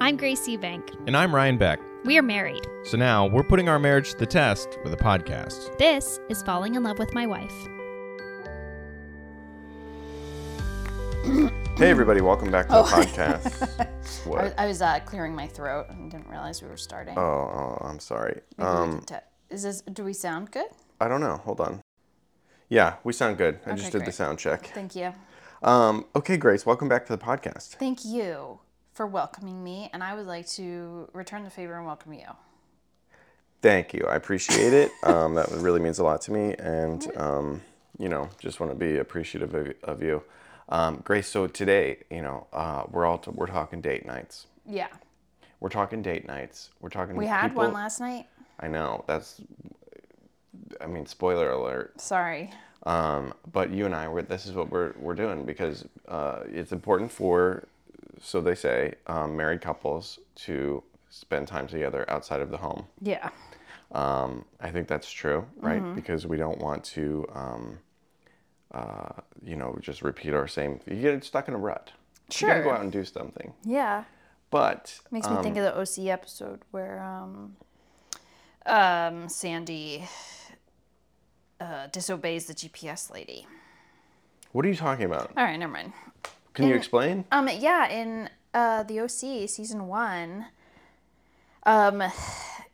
I'm Grace Eubank. And I'm Ryan Beck. We are married. So now we're putting our marriage to the test with a podcast. This is Falling in Love with My Wife. Hey, everybody, welcome back to the podcast. Oh. I, was- what? I was uh, clearing my throat and didn't realize we were starting. Oh, oh, I'm sorry. Maybe we Um, could te- is this? Do we sound good? I don't know. Hold on. Yeah, we sound good. I just Okay, did the great. sound check. Thank you. Um, okay, Grace, welcome back to the podcast. Thank you for welcoming me, and I would like to return the favor and welcome you. Thank you. I appreciate it. Um, that really means a lot to me. And, um, you know, just want to be appreciative of, of you. Um, Grace, so today, you know, uh, we're all t- we're talking date nights. Yeah, We're talking date nights. We're talking. we had people- one last night. I know. That's. I mean, spoiler alert. Sorry. Um, but you and I, we're, this is what we're, we're doing because uh, it's important for, so they say, um, married couples to spend time together outside of the home. Yeah. Um, I think that's true, right? Because we don't want to, um, uh, you know, just repeat our same. You get stuck in a rut. You gotta go Sure. out and do something. Yeah. But Makes me Um, think of the OC episode where um, um, Sandy uh, disobeys the GPS lady. what are you talking about? All right, never mind. Can you explain? Um, yeah, in uh, the OC season one, um,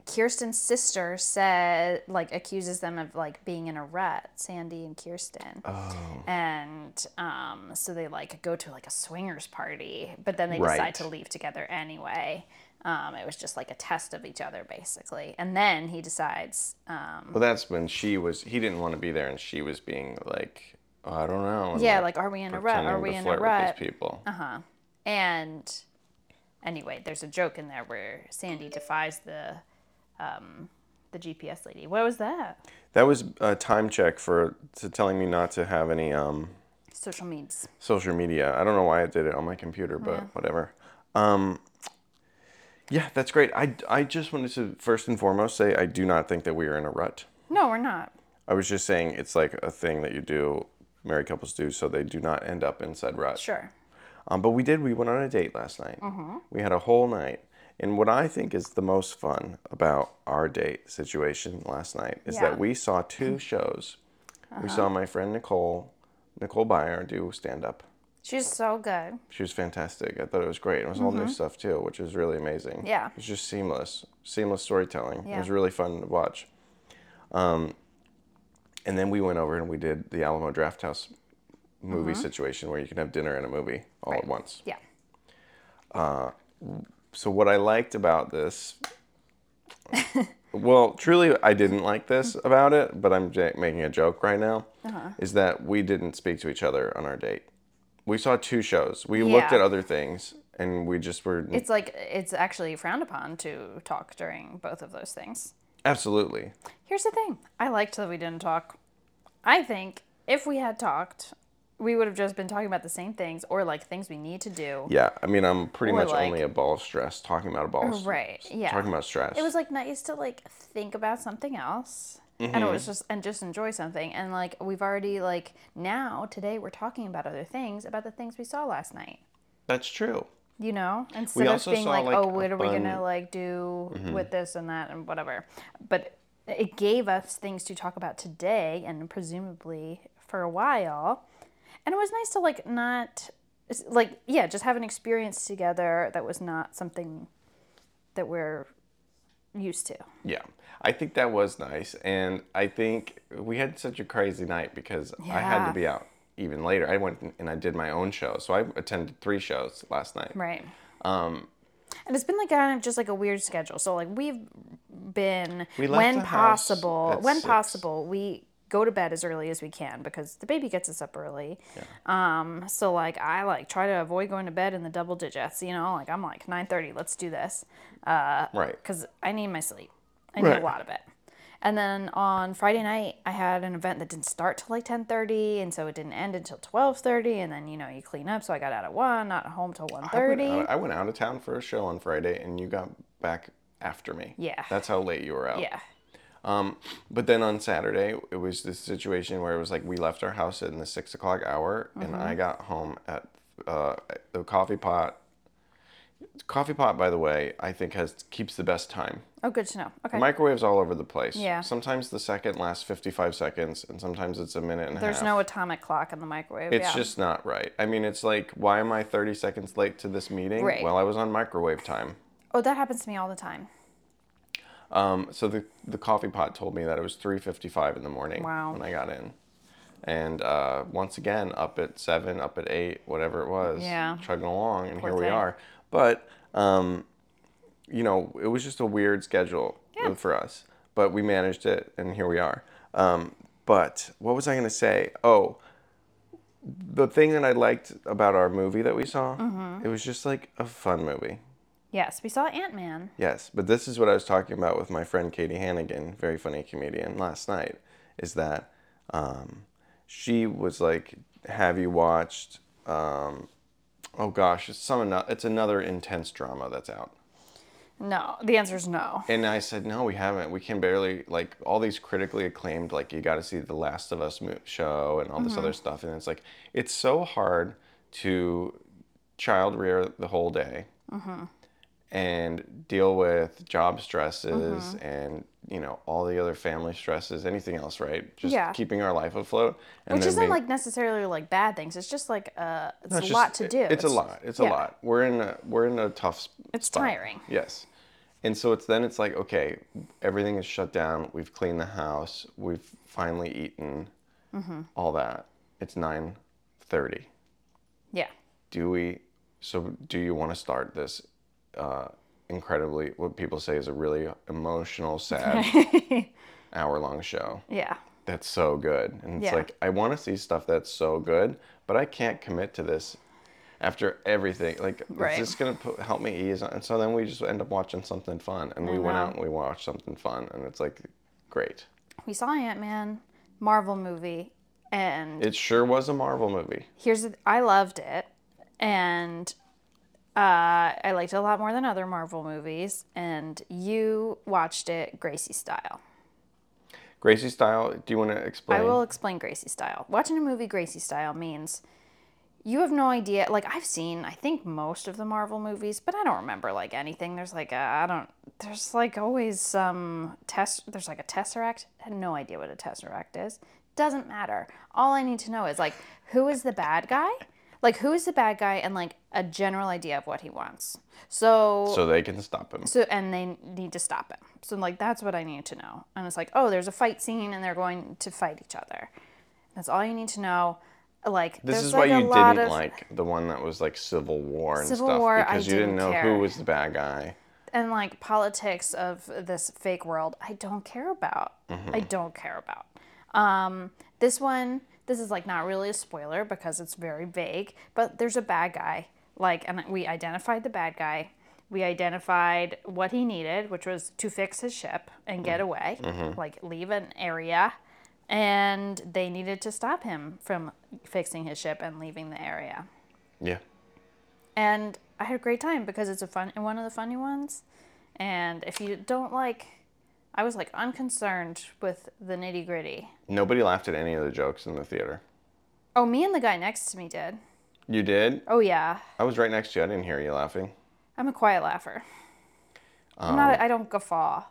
Kirsten's sister said like accuses them of like being in a rut, Sandy and Kirsten, Oh, and um, so they like go to like a swingers party, but then they Right. decide to leave together anyway. Um, it was just like a test of each other basically, and then he decides. Um, well, that's when she was. He didn't want to be there, and she was being like, "Oh, I don't know. and yeah, like, are we in a rut? Are pretending we to in a flirt rut? Uh-huh. With these people. And anyway, there's a joke in there where Sandy defies the um, the GPS lady. What was that? That was a time check for to telling me not to have any um, Social medias. social media. I don't know why I did it on my computer, but whatever. Um, yeah, that's great. I, I just wanted to first and foremost say I do not think that we are in a rut. No, we're not. I was just saying it's like a thing that you do, married couples do, so they do not end up in said rut. Sure. Um, but we did. We went on a date last night. Mm-hmm. We had a whole night. And what I think is the most fun about our date situation last night is Yeah. Uh-huh. that we saw two shows. We saw my friend Nicole, Nicole Byer, do stand up. She's so good. She was fantastic. I thought it was great. It was all new stuff too, which was really amazing. Mm-hmm. Yeah. It was just seamless, seamless storytelling. It Yeah. was really fun to watch. Um, and then we went over and we did the Alamo Draft House movie Mm-hmm. situation where you can have dinner and a movie all at once. Yeah. so what I liked about this, well, truly I didn't like this Mm-hmm. about it, but I'm j- making a joke right now, Uh-huh. is that we didn't speak to each other on our date. We saw two shows. We looked Yeah. at other things, and we just were It's like it's actually frowned upon to talk during both of those things. absolutely. Here's the thing. I liked that we didn't talk. I think if we had talked, we would have just been talking about the same things or like things we need to do. Yeah, I mean, I'm pretty Or much like- only a ball of stress talking about a ball. Of, s- Right. Yeah. Talking about stress. it was like nice to like think about something else and it Mm-hmm. was just and just enjoy something and like we've already like now today we're talking about other things about the things we saw last night That's true. you know instead of also being saw, like, like, oh a what are we fun- Mm-hmm. gonna like do with this and that and whatever but it gave us things to talk about today and presumably for a while and it was nice to like not it's like yeah just have an experience together that was not something that we're used to Yeah, I think that was nice, and I think we had such a crazy night because I had to Yeah. be out even later. I went and I did my own show, so I attended three shows last night. Right. Um, and it's been like kind of just like a weird schedule. So like we've been We left when the house possible, at when six. possible, we go to bed as early as we can because the baby gets us up early. Um, so like I like try to avoid going to bed in the double digits. You know, like I'm like nine thirty. Let's do this Right. because I need my sleep. I need Right. a lot of it. And then on Friday night, I had an event that didn't start till like ten thirty, and so it didn't end until twelve thirty. And then you know you clean up, so I got out at one, not home till one I went thirty. out- I went out of town for a show on Friday, and you got back after me. Yeah. That's how late you were out. Yeah. But then on Saturday, it was this situation where it was like we left our house in the Mm-hmm. six o'clock hour, and I got home at uh, the coffee pot Coffee pot, by the way, I think has keeps the best time. Oh, good to know. Okay. The microwave's all over the place. Yeah. Sometimes the second lasts 55 seconds, and sometimes it's a minute and a There's half. no atomic clock in the microwave. It's yeah. just not right. I mean, it's like, why am I 30 seconds late to this meeting? Right. Well, I was on microwave time. Oh, that happens to me all the time. Um, so the the coffee pot told me that it was 3:55 in the morning Wow. when I got in, and uh, once again up at seven, up at eight, whatever it was, Yeah. chugging along, and Poor here we thing. are. But um, you know, it was just a weird schedule for us, but we managed it, and here we are. Um, but what was I going to say? Oh, the thing that I liked about our movie that we saw, Mm-hmm. it was just like a fun movie. Yes, we saw Ant Man. Yes, but this is what I was talking about with my friend Katie Hannigan, very funny comedian, last night. Is that um, she was like, "Have you watched? Um, oh gosh, it's some ano- it's another intense drama that's out." No, the answer is no. And I said, "No, we haven't. We can barely like all these critically acclaimed like you got to see the Last of Us mo- show and all this Mm-hmm. other stuff." And it's like it's so hard to child rear the whole day Mm-hmm. and deal with job stresses Mm-hmm. and you know all the other family stresses, anything else, right? Just Yeah. keeping our life afloat. And Which then isn't being- like necessarily like bad things. It's just like uh, it's, it's a just- lot to do. It's, a lot. It's a yeah. lot. We're in a we're in a tough. s- It's spot. tiring. Yes, and so it's then it's like okay, everything is shut down. We've cleaned the house. We've finally eaten. All that. It's nine thirty. Yeah. Do we? So do you want to start this? Uh, incredibly, what people say is a really emotional, sad, hour-long show Yeah. that's so good. And it's Yeah. like, I want to see stuff that's so good, but I can't commit to this after everything. Like, it's Right. just going to help me ease. on- And so then we just end up watching something fun. And we Mm-hmm. went out and we watched something fun. And it's like, great. We saw Ant Man, Marvel movie, and It sure was a Marvel movie. here's the, I loved it, and uh, I liked it a lot more than other Marvel movies. And you watched it Gracie style. Gracie Style, do you want to explain? I will explain Gracie style. Watching a movie Gracie style means you have no idea. Like I've seen, I think most of the Marvel movies, but I don't remember like anything. There's like a, I don't. There's like always some test. There's like a tesseract. I had no idea what a tesseract is. Doesn't matter. All I need to know is like who is the bad guy. Like who is the bad guy and like a general idea of what he wants. So So they can stop him. so and they need to stop him. So like that's what I need to know. And it's like, oh, there's a fight scene and they're going to fight each other. That's all you need to know. Like This there's is like why a you lot didn't of, like the one that was like Civil War and Civil stuff War, I because you didn't didn't know care. who was the bad guy. and like politics of this fake world. I don't care about. I don't care about. Um, this one, this is like not really a spoiler because it's very vague. But there's a bad guy. Like, and we identified the bad guy. We identified what he needed, which was to fix his ship and get away, like leave an area. And they needed to stop him from fixing his ship and leaving the area. Yeah. And I had a great time because it's a fun one of the funny ones. And if you don't like, I was like unconcerned with the nitty gritty. Nobody laughed at any of the jokes in the theater. Oh, me and the guy next to me did. You did? Oh yeah, I was right next to you. I didn't hear you laughing. I'm a quiet laugher. I'm not. Um, I don't guffaw.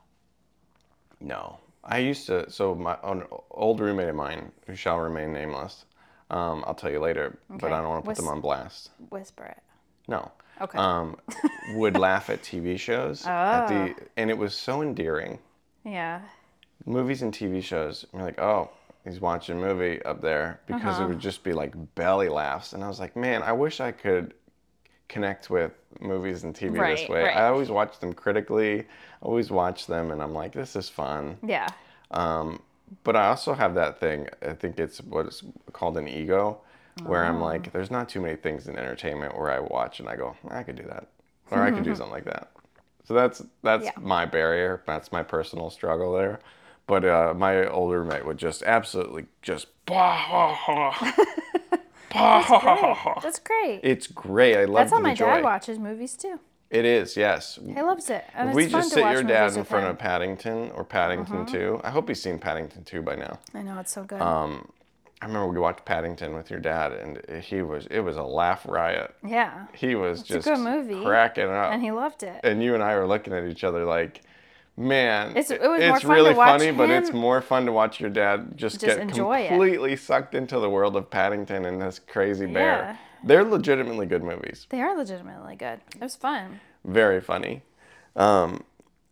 No. I used to, so my an old roommate of mine, who shall remain nameless, um, I'll tell you later, but Okay. I don't want to put them Was- on blast. Whisper it. No. Okay. Um, would laugh at TV shows. At the, Ah. and it was so endearing. Yeah. Movies and TV shows, you're like, oh, he's watching a movie up there because Uh-huh. it would just be like belly laughs. And I was like, man, I wish I could connect with movies and TV Right, this way. right. I always watch them critically, always watch them, and I'm like, this is fun. Yeah. But I also have that thing. I think it's what's called an ego, where I'm Oh. like, there's not too many things in entertainment where I watch and I go, I could do that, or I could do something like that. So that's that's my barrier. That's my personal struggle there. But uh, my older roommate would just absolutely just bah ha ha. bah, ha, ha, ha, ha. That's great. It's great. I love That's how the my joy. dad watches movies too. It is yes. He loves it, and it's we fun just to sit watch your movies dad in with front him. Mm-hmm. of Paddington or Paddington Two. I hope he's seen Paddington Two by now. I know it's so good. I remember we watched Paddington with your dad, and he was it was a laugh riot. Yeah. He was a just good movie. cracking up, And he loved it. and you and I were looking at each other like, man, It's- it was more it's fun to really watch funny, but it's him- more fun to watch your dad just, Just get enjoy it. completely sucked into the world of Paddington and this crazy Yeah. bear. They're legitimately good movies. They are legitimately good. It was fun. Very funny. Um,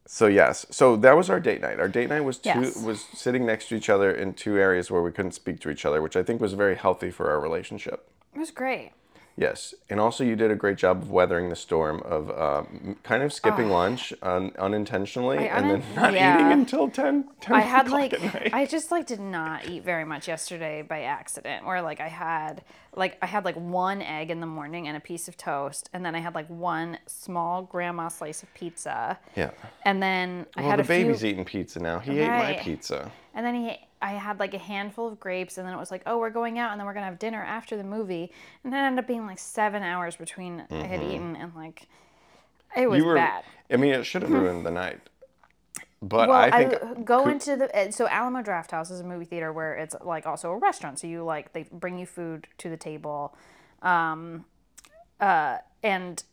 so yes, so that was our date night. Our date night was two Yes. was sitting next to each other in two areas where we couldn't speak to each other, which I think was very healthy for our relationship. It was great. Yes, and also you did a great job of weathering the storm of um, kind of skipping lunch un- unintentionally Ah. I and then unin- not yeah. eating until 10, 10 I had o'clock like at night. I just like did not eat very much yesterday by accident. Or like I had like I had like one egg in the morning and a piece of toast, and then I had like one small grandma slice of pizza, yeah. and then I Well, had the a baby's few, eating pizza now. He ate Right. my pizza. and then he. I had like a handful of grapes, and then it was like, oh, we're going out, and then we're gonna have dinner after the movie, and then it ended up being like seven hours between I had eaten and like, it was Mm-hmm. you were. bad. Hmm. I mean, it should have ruined the night. But Well, I I, think go into the uh, so Alamo Draft House is a movie theater where it's like also a restaurant. So you like they bring you food to the table, um, uh, and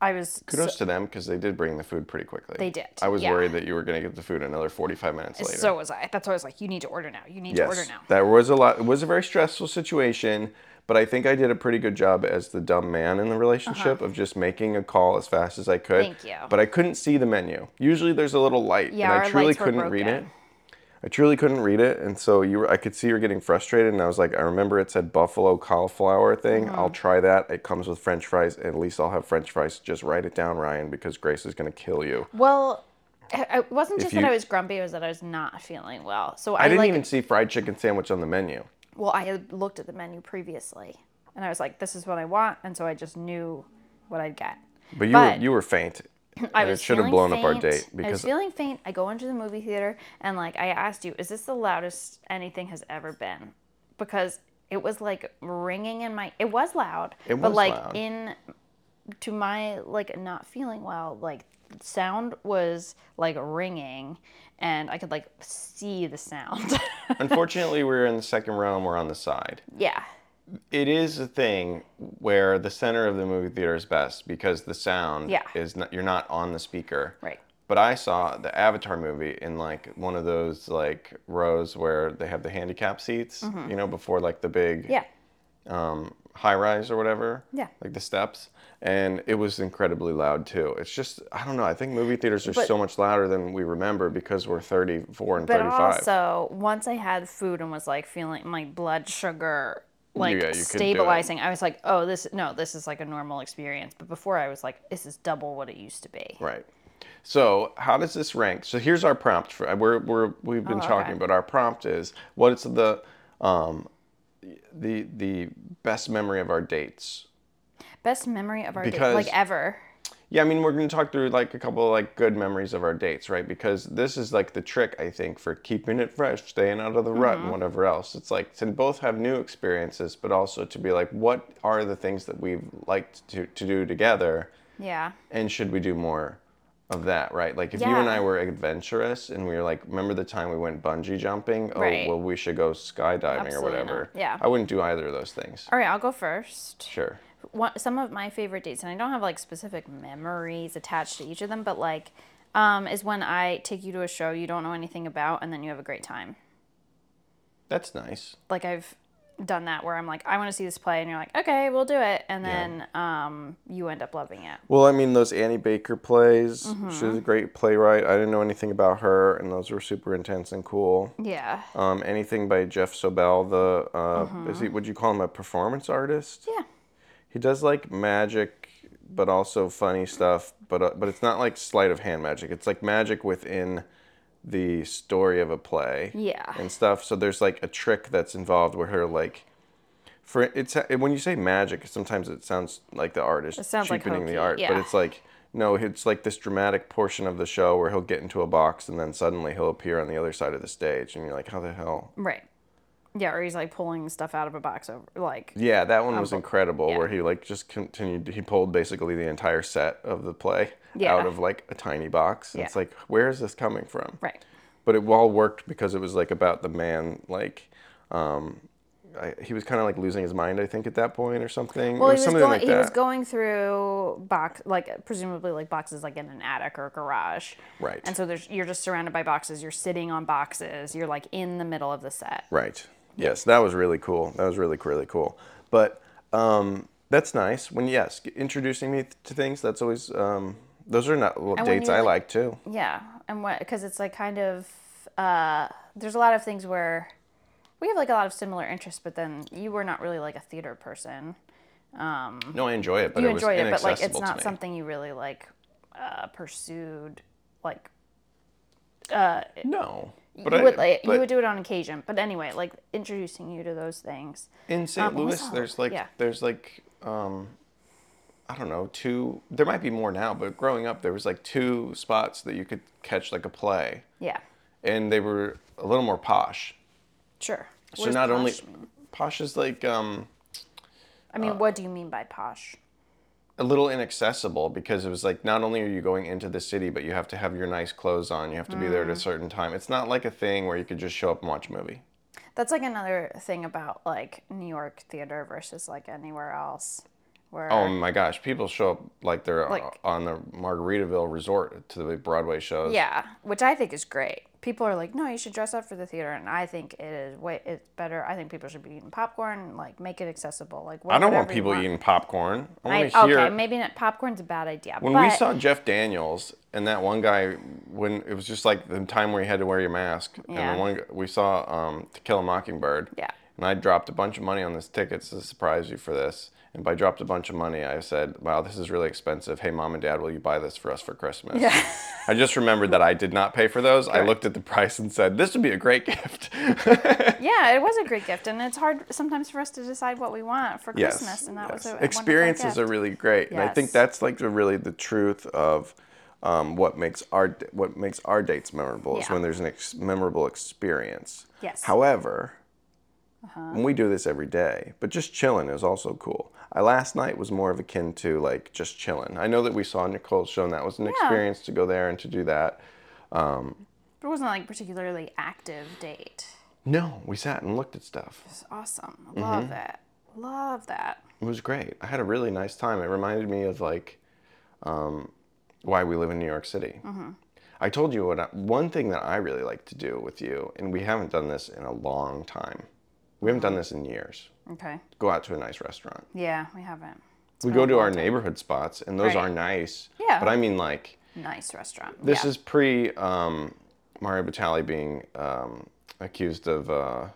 I was kudos to them because they did bring the food pretty quickly. They did, I was yeah. worried that you were going to get the food another forty-five minutes later. so was I. That's why I was like, you need to order now. You need to order now. That was a lot. It was a very stressful situation, but I think I did a pretty good job as the dumb man in the relationship of just making a call as fast as I could. Uh-huh. Thank you. But I couldn't see the menu. Usually there's a little light, Yeah, and I our truly lights were couldn't read it. broken. I truly couldn't read it, and so you were, I could see you were getting frustrated, and I was like, I remember it said buffalo cauliflower thing. Mm-hmm. I'll try that. It comes with French fries. At least I'll have French fries. Just write it down, Ryan, because Grace is gonna kill you. Well, I- it wasn't just that you- I was grumpy; it was that I was not feeling well. So I, I didn't like even see fried chicken sandwich on the menu. well, I had looked at the menu previously, and I was like, this is what I want, and so I just knew what I'd get. But you But- were, you were faint. I and was it should have feeling blown up our faint. date I was because feeling faint. I go into the movie theater and like I asked you, is this the loudest anything has ever been? Because it was like ringing in my. It was loud, It but was like loud. in to my like not feeling well, like sound was like ringing, and I could like see the sound. unfortunately we're in the second row and we're on the side. yeah, It is a thing where the center of the movie theater is best because the sound Yeah. is not, you're not on the speaker. right. But I saw the Avatar movie in like one of those like rows where they have the handicap seats, you know, before like the big Mm-hmm. Yeah, um, high rise or whatever. Yeah. Like the steps. And it was incredibly loud too. It's just, I don't know. I think movie theaters are so much louder than we remember because we're 34 and but 35. also once I had food and was like feeling my blood sugar like Yeah, you could do it. stabilizing, I was like, oh, this no, this is like a normal experience. But before, I was like, this is double what it used to be. Right. So how does this rank? So here's our prompt for we're, we're we've been talking, but our prompt is what's the um, the the best memory of our dates. Best memory of our date, Because- like ever. Yeah, I mean we're gonna talk through like a couple of like good memories of our dates, right? Because this is like the trick I think for keeping it fresh, staying out of the rut and whatever else. It's like to both have new experiences, but also to be like, what are the things that we've liked to, to do together? Yeah, and should we do more of that right like if you and Yeah. i were adventurous and we were like remember the time we went bungee jumping oh Right. well we should go skydiving or Absolutely whatever not. Yeah. i wouldn't do either of those things all right, I'll go first. sure One, some of my favorite dates, and I don't have like specific memories attached to each of them, but like, um, is when I take you to a show you don't know anything about, and then you have a great time. that's nice like I've done that where I'm like, I want to see this play, and you're like, okay, we'll do it, and then um, you end up loving it. well i mean those annie baker plays Mm-hmm. she was a great playwright i didn't know anything about her and those were super intense and cool Yeah, um, anything by jeff sobel the uh, is Mm-hmm. he would you call him a performance artist yeah, he does like magic but also funny stuff but uh, but it's not like sleight of hand magic it's like magic within the story of a play Yeah. and stuff so there's like a trick that's involved where her like for it's uh, when you say magic sometimes it sounds like the artist It sounds like cheapening the hokey, art but yeah. it's like no it's like this dramatic portion of the show where he'll get into a box and then suddenly he'll appear on the other side of the stage and you're like how the hell right. Yeah, or he's like pulling stuff out of a box over, like, Yeah, that one was incredible where he like just continued he pulled basically the entire set of the play Yeah. out of like a tiny box. And It's Yeah. like where is this coming from? right. But it all worked because it was like about the man like um I, he was kind of like losing his mind, I think, at that point or something. Well, it was he was something going. like he that. was going through box, like presumably like boxes, like in an attic or a garage. Right. And so there's you're just surrounded by boxes. You're sitting on boxes. You're like in the middle of the set. Right. Yes, that was really cool. That was really really cool. But um, that's nice. When yes, introducing me to things. That's always um, those are not well, when dates you, I like- Mm-hmm. like too. Yeah, and what because it's like kind of uh, there's a lot of things where we have like a lot of similar interests, but then you were not really like a theater person. No, I enjoy it, but You it was enjoyed it, but inaccessible like it's to not me. something you really like uh, pursued. Like No, but you I would like but you would do it on occasion, but anyway, like introducing you to those things. in St. what Louis, was that? there's like Yeah. there's like um, I don't know two. There might be more now, but growing up, there was like two spots that you could catch like a play, Yeah, and they were a little more posh. sure. What so does not only posh mean? posh is like um, I uh, mean, what do you mean by posh? a little inaccessible because it was like not only are you going into the city, but you have to have your nice clothes on. You have to be Mm. there at a certain time. It's not like a thing where you could just show up and watch a movie. That's like another thing about like New York theater versus like anywhere else. Where Oh my gosh, people show up like they're uh, Like- on the Margaritaville Resort to the big Broadway shows. Yeah, which I think is great. People are like, no, you should dress up for the theater, and I think it is way it's better. I think people should be eating popcorn, and, like make it accessible. Like I don't want whatever you people eating popcorn. I want I, to hear. okay, maybe not popcorn's a bad idea. when but we saw Jeff Daniels and that one guy, when it was just like the time where you had to wear your mask, and Yeah. the one g- we saw um, To Kill a Mockingbird. Yeah. And I dropped a bunch of money on this tickets to surprise you for this. And by dropped a bunch of money, I said, "Wow, this is really expensive. Hey, mom and dad, will you buy this for us for Christmas?" Yeah. I just remembered that I did not pay for those. I looked at the price and said, "This would be a great gift." yeah, it was a great gift, and it's hard sometimes for us to decide what we want for Yes, Christmas, and that was a yes. wonderful experiences are gift. really great, and I think Yes. that's like the, really the truth of um, what makes our what makes our dates memorable is Yeah. when there's an ex- memorable experience. Yes. Uh-huh. However, and we do this every day, but just chilling is also cool. I, last night was more of akin to like just chilling. I know that we saw Nicole's show, and that was an experience to go there and to do that. It wasn't like particularly active date. No, we sat and looked at stuff. It's awesome. Mm-hmm. I Love that. Love that. It was great. I had a really nice time. It reminded me of like um, why we live in New York City. Mm-hmm. I told you what I, one thing that I really like to do with you, and we haven't done this in a long time. We haven't Mm-hmm. done this in years. Okay. Go out to a nice restaurant. Yeah, we haven't. we go to our neighborhood spots, and those are Right. nice. Yeah. But I mean, like Nice restaurant. this yeah. is pre um, Mario Batali being um, accused of uh,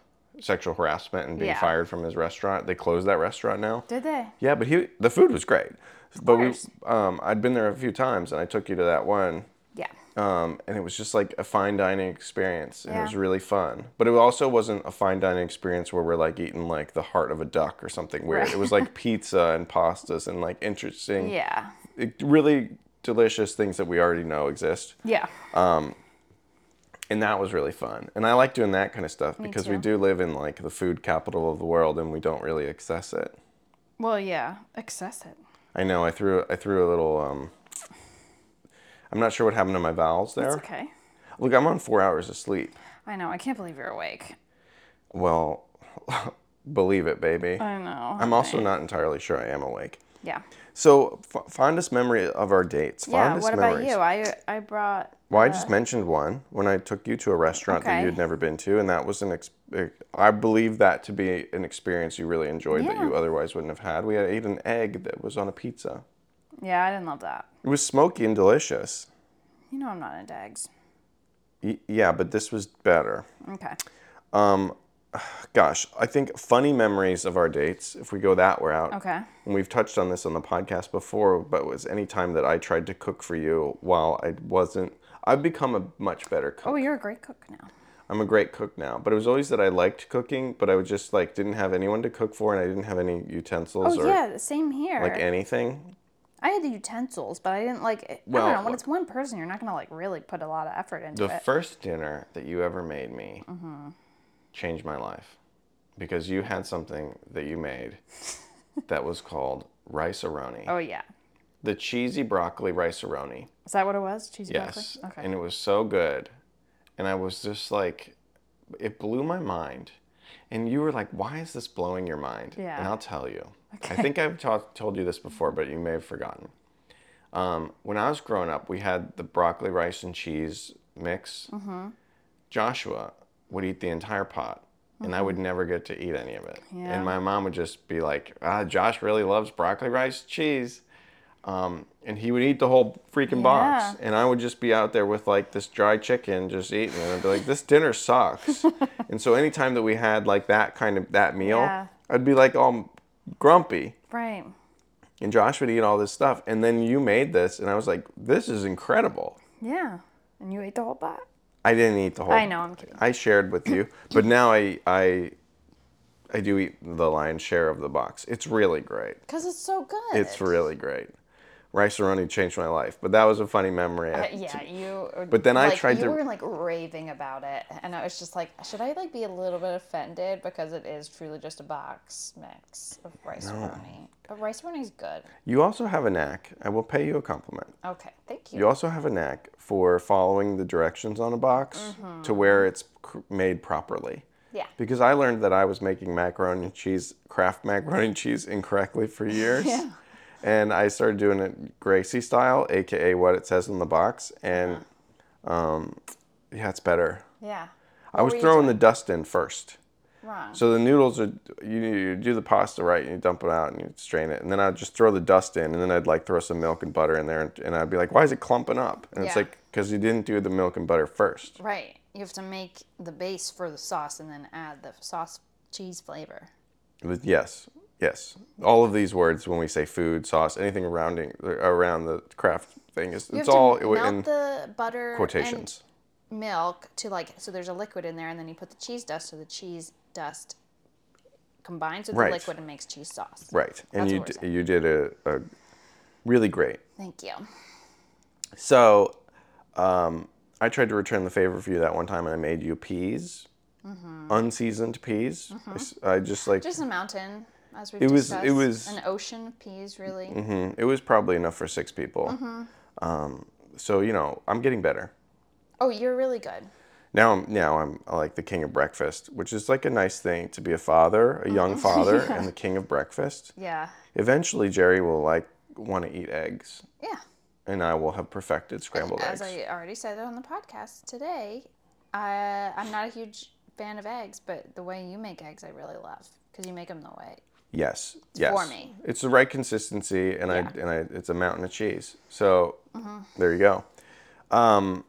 sexual harassment and being Yeah. fired from his restaurant. They closed that restaurant now. Did they? Yeah, but he the food was great. But we, course. um, I'd been there a few times, and I took you to that one, Yeah. um, and it was just like a fine dining experience, and it Yeah. was really fun. But it also wasn't a fine dining experience where we're like eating like the heart of a duck or something weird. It was like pizza and pastas and like interesting, Yeah. it- really delicious things that we already know exist, Yeah. and that was really fun. And I like doing that kind of stuff because we too. do live in like the food capital of the world, and we don't really access it. Well, yeah, access it. I know. I threw. I threw a little. Um, I'm not sure what happened to my vowels there. It's okay. Look, I'm on four hours of sleep. I know. I can't believe you're awake. Well, believe it, baby. I know. I'm also not entirely sure I am awake. yeah. So f- fondest memory of our dates. Yeah. fondest What about memories. you? I I brought. Well, I just mentioned one when I took you to a restaurant that Okay. you had never been to, and that was an. Ex- eh, I believe that to be an experience you really enjoyed that you otherwise wouldn't have had. We had ate an egg that was on a pizza. Yeah, I didn't love that. It was smoky and delicious. You know I'm not into eggs. Y- yeah, but this was better. Okay. Gosh, I think funny memories of our dates, if we go that way out. Okay. And we've touched on this on the podcast before, but it was any time that I tried to cook for you while I wasn't. I've become a much better cook. Oh, you're a great cook now. I'm a great cook now, but it was always that I liked cooking, but I would just like didn't have anyone to cook for, and I didn't have any utensils Oh or yeah, same here. like eh anything. I had the utensils, but I didn't like. I Well, don't know. When look- it's one person, you're not gonna like really put a lot of effort into The it. first dinner that you ever made me Mm-hmm. changed my life because you had something that you made that was called rice aroni. oh yeah. the cheesy broccoli rice aroni. Is that what it was? Cheesy Yes. broccoli. Okay. And it was so good. And I was just like, it blew my mind. And you were like, why is this blowing your mind? Yeah. And I'll tell you. I think I've talked told you this before, but you may have forgotten. Um, when I was growing up, we had the broccoli, rice, and cheese mix. Joshua would eat the entire pot, and I would never get to eat any of it. Mm-hmm. Yeah. And my mom would just be like, ah, Josh really loves broccoli, rice, cheese. Um, and he would eat the whole freaking box. And I would just be out there with like this dry chicken just eating. And I'd be like, this dinner sucks. and so anytime that we had like that kind of that meal, Yeah. I'd be like all grumpy. Right. And Josh would eat all this stuff. And then you made this. And I was like, this is incredible. Yeah. And you ate the whole pot. I didn't eat the whole. I know, I'm kidding. I shared with you, but now I I I do eat the lion's share of the box. It's really great. Because it's so good. It's really great. Rice Aroni changed my life, but that was a funny memory. Uh, yeah, you. But then I like, tried you to- were like raving about it, and I was just like, should I like be a little bit offended because it is truly just a box mix of rice aroni. But rice aroni is good. You also have a knack. I will pay you a compliment. Okay, thank you. You also have a knack for following the directions on a box to where it's cr- made properly. Yeah. Because I learned that I was making macaroni and cheese, craft macaroni and cheese incorrectly for years. And I started doing it Gracie style, aka what it says on the box. And um, yeah, it's better. Yeah. I was throwing the dust in first. Wrong. So the noodles are you, you do the pasta right and you dump it out and you strain it and then I'd just throw the dust in and then I'd like throw some milk and butter in there and, and I'd be like why is it clumping up and it's Yeah. like because you didn't do the milk and butter first Right. You have to make the base for the sauce and then add the sauce cheese flavor. It was- yes yes all of these words when we say food sauce anything rounding around the craft thing is You it's have to all melt in the butter and quotations milk to like so there's a liquid in there and then you put the cheese dust so the cheese dust combines with Right. the liquid and makes cheese sauce. right and That's you what we're d- you did a, a really great Thank you. So, um, I tried to return the favor for you that one time, and I made you peas, unseasoned peas. I s- I, just like Mm-hmm. Just a mountain, as we've It was- it discussed. was- an ocean of peas, really. mm, it was probably enough for six people. Mm-hmm. Um, so you know, I'm getting better Oh, you're really good. now. I'm now I'm like the king of breakfast, which is like a nice thing to be a father, Mm-hmm. a young father, and the king of breakfast. Yeah. Eventually, Jerry will like want to eat eggs, Yeah. and I will have perfected scrambled As eggs. I already said on the podcast today, I, I'm not a huge fan of eggs, but the way you make eggs, I really love because you make them the way. Yes. yes. for me. It's the right consistency, and I and I it's a mountain of cheese. So Mm-hmm. there you go. Um,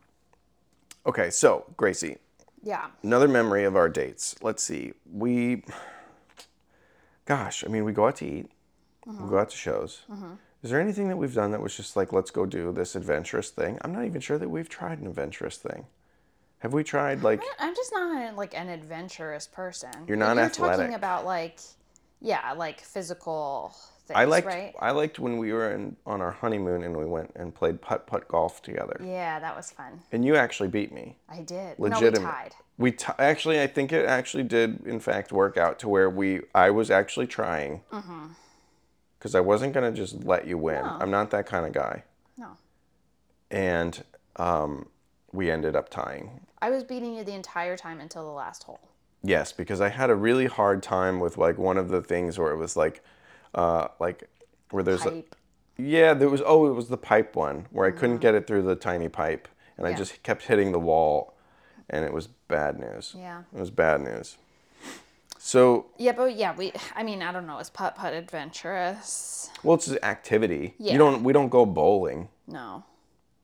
okay, so Gracie, Yeah. another memory of our dates. Let's see. We, gosh, I mean, we go out to eat. We Mm-hmm. go out to shows. Is there anything that we've done that was just like, let's go do this adventurous thing? I'm not even sure that we've tried an adventurous thing. Have we tried like? I'm just not like an adventurous person. You're not Like, you're athletic. talking about like, yeah, like physical things, I liked right? I liked when we were in, on our honeymoon and we went and played putt putt golf together. Yeah, that was fun. And you actually beat me. I did. Legitimate. No, we tied. We t- actually, I think it actually did, in fact, work out to where we. I was actually trying. Because I wasn't gonna just let you win. I'm not that kind of guy. No. And um, we ended up tying. I was beating you the entire time until the last hole. Yes, because I had a really hard time with like one of the things where it was like, uh, like where there's a- Pipe. Yeah, there was. Oh, it was the pipe one where I couldn't get it through the tiny pipe, and I just kept hitting the wall, and it was bad news. Yeah. it was bad news. So, Yeah, but yeah, we. I mean, I don't know. Is putt putt adventurous? well, it's an activity. Yeah. You don't. We don't go bowling. No.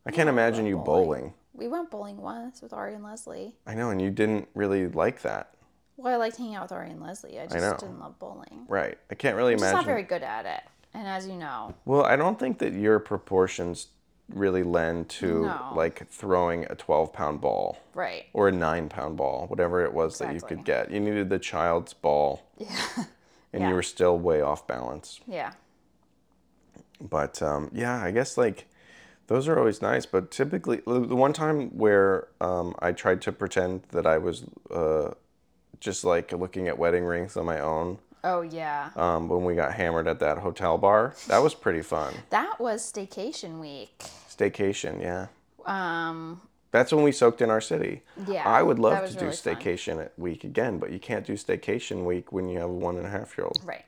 I can't imagine you bowling. We went bowling once with Ari and Leslie. I know, and you didn't really like that, Well, I liked hanging out with Ari and Leslie. I just know. didn't love bowling. right? I can't really I'm just imagine. not very good at it. And as you know, Well, I don't think that your proportions really lend to No. like throwing a 12-pound ball right? or a 9-pound ball, whatever it was that you could get. You needed the child's ball. Yeah. and Yeah. you were still way off balance. yeah. But um, yeah, I guess like those are always nice. But typically, the the one time where um, I tried to pretend that I was uh, just like looking at wedding rings on my own Oh yeah. um, when we got hammered at that hotel bar, that was pretty fun. That was staycation week. Staycation, yeah. Um, That's when we soaked in our city. Yeah, I would love that to was do really fun. staycation week again, but you can't do staycation week when you have a one and a half year old. Right.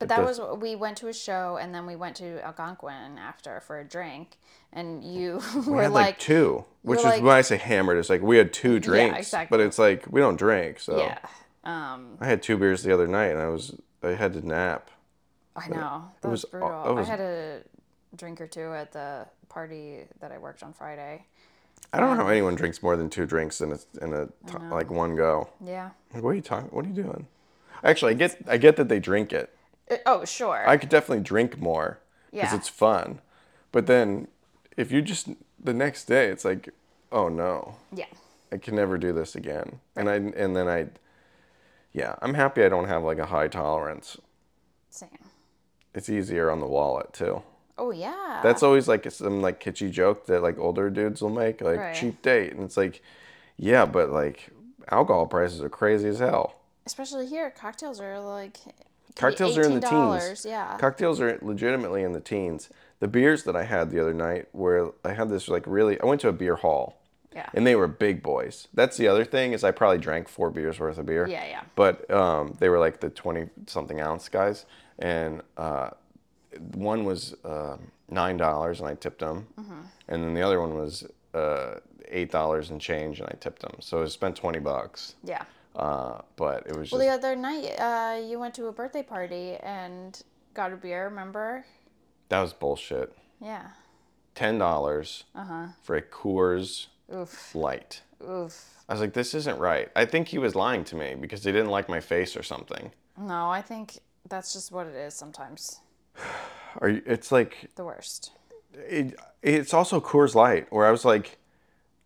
But that does- was we went to a show and then we went to Algonquin after for a drink and you We were had like, like, two, which is like- when I say hammered, it's like we had two drinks, exactly. but it's like we don't drink. So yeah, um, I had two beers the other night and I was I had to nap. I know that was, was aw- brutal. that was- I had a drink or two at the party that I worked on Friday. I don't know how anyone drinks more than two drinks in a in a t- like one go. Yeah. Like, what are you talking? What are you doing? Actually, I get I get that they drink it. Uh, Oh sure. I could definitely drink more because Yeah. it's fun. But then if you just the next day, it's like, oh no, yeah. I can never do this again. And I and then I, yeah, I'm happy I don't have like a high tolerance. Same. It's easier on the wallet too. Oh yeah. That's always like some like kitschy joke that like older dudes will make, like Right. cheap date, and it's like, yeah, but like alcohol prices are crazy as hell. Especially here, cocktails are like could be Cocktails are in the teens. $18, Yeah. Cocktails are legitimately in the teens. The beers that I had the other night where I had this like really I went to a beer hall. Yeah. And they were big boys. That's the other thing is I probably drank four beers worth of beer. Yeah, yeah. But um, they were like the twenty something ounce guys, and uh, one was um nine dollars and I tipped them, Mm-hmm. and then the other one was uh, eight dollars and change and I tipped them. So I spent twenty bucks. yeah. Uh, but it was just Well, the other night, uh, you went to a birthday party and got a beer. Remember? that was bullshit. Yeah. ten dollars for a Coors Uh-huh. Oof. Light. Oof. I was like, this isn't right. I think he was lying to me because he didn't like my face or something. No, I think that's just what it is sometimes. Are you, it's like The worst. it, it's also Coors Light where I was like,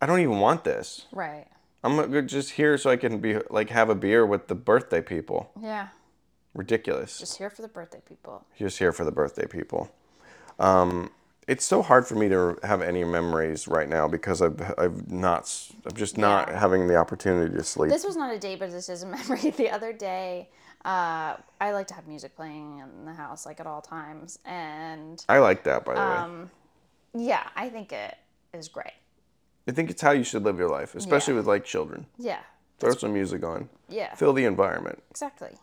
I don't even want this. Right. I'm uh, just here so I can be like have a beer with the birthday people. Yeah. Ridiculous. Just here for the birthday people. just here for the birthday people. Um, it's so hard for me to have any memories right now because I've, I've not s- I'm just not having the opportunity to sleep. This was not a date, but this is a memory. The other day, uh, I like to have music playing in the house like at all times, and I like that by the Um, way. yeah, I think it is great. I think it's how you should live your life, especially with like children. Yeah. Throw some music on. Yeah. Fill the environment. Exactly.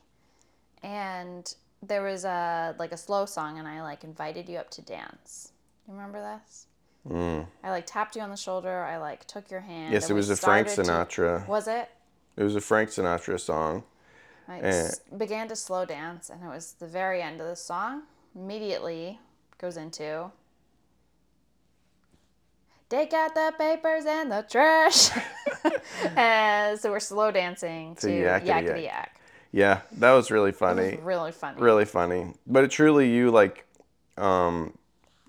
And there was a like a slow song, and I like invited you up to dance. You remember this? Mm. I like tapped you on the shoulder. I like took your hand. Yes, and it we was a Frank started to- Sinatra. was it? It was a Frank Sinatra song. I s- began to slow dance, and it was the very end of the song. Immediately goes into. Take out the papers and the trash. and so we're slow dancing to yakety Yakety, Yak. Yeah, that was really funny. It was really funny. really funny. But it truly you like um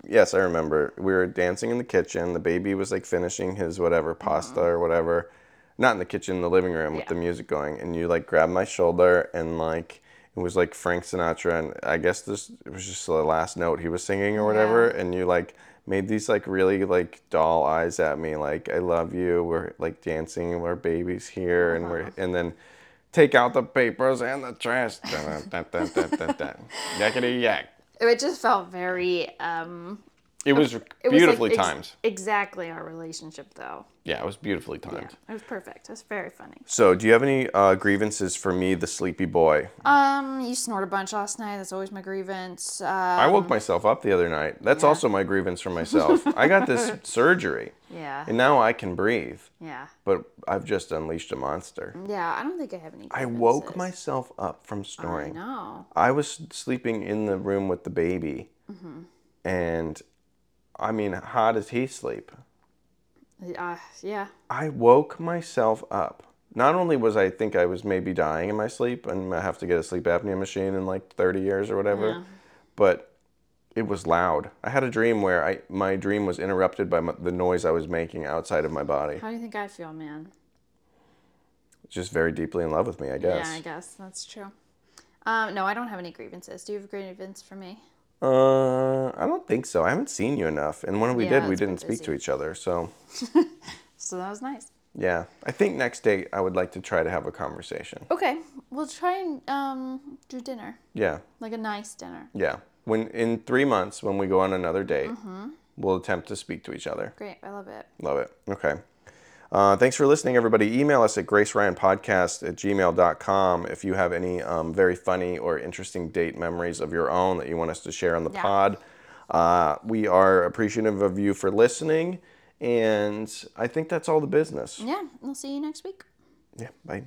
yes, I remember. We were dancing in the kitchen. The baby was like finishing his whatever pasta or whatever. Not in the kitchen, in the living room with the music going and you like grabbed my shoulder and like it was like Frank Sinatra and I guess this it was just the last note he was singing or whatever and you like made these like really like doll eyes at me like I love you we're like dancing and our baby's here and we're and then take out the papers and the trash. Dun, dun, dun, dun, dun, dun. Yakety yak. It just felt very um, It was It was, like, beautifully ex- timed. Exactly our relationship, though. Yeah, it was beautifully timed. It was perfect. It was very funny. So, do you have any uh, grievances for me, the sleepy boy? Um, you snort a bunch last night. That's always my grievance. Uh, I woke myself up the other night. That's also my grievance for myself. I got this surgery, yeah, and now I can breathe, yeah, but I've just unleashed a monster. yeah. I don't think I have any. I woke grievances. myself up from Mm, I snoring. know. I was sleeping in the room with the baby, Mm-hmm. and I mean, how does he sleep? Uh, yeah, I woke myself up. Not only was I think I was maybe dying in my sleep and I have to get a sleep apnea machine in like 30 years or whatever, but it was loud. I had a dream where I my dream was interrupted by m the noise I was making outside of my body. how do you think I feel, man? Just very deeply in love with me, I guess. Yeah, I guess that's true. Um, no, I don't have any grievances. Do you have a grievance for me? Uh, I don't think so. I haven't seen you enough. And when we Yeah, did, we it's been didn't speak to busy. each other. So, So that was nice. yeah. I think next date I would like to try to have a conversation. Okay, we'll try and um, do dinner, Yeah. like a nice dinner. Yeah. When in three months, when we go on another date, we'll attempt to speak to each other. Great, I love it. Love it. Okay. Uh, thanks for listening, everybody. Email us at graceryanpodcast at gmail.com if you have any um, very funny or interesting date memories of your own that you want us to share on the pod. Uh, we are appreciative of you for listening. And I think that's all the business. Mm. Yeah, we'll see you next week. Yeah, bye.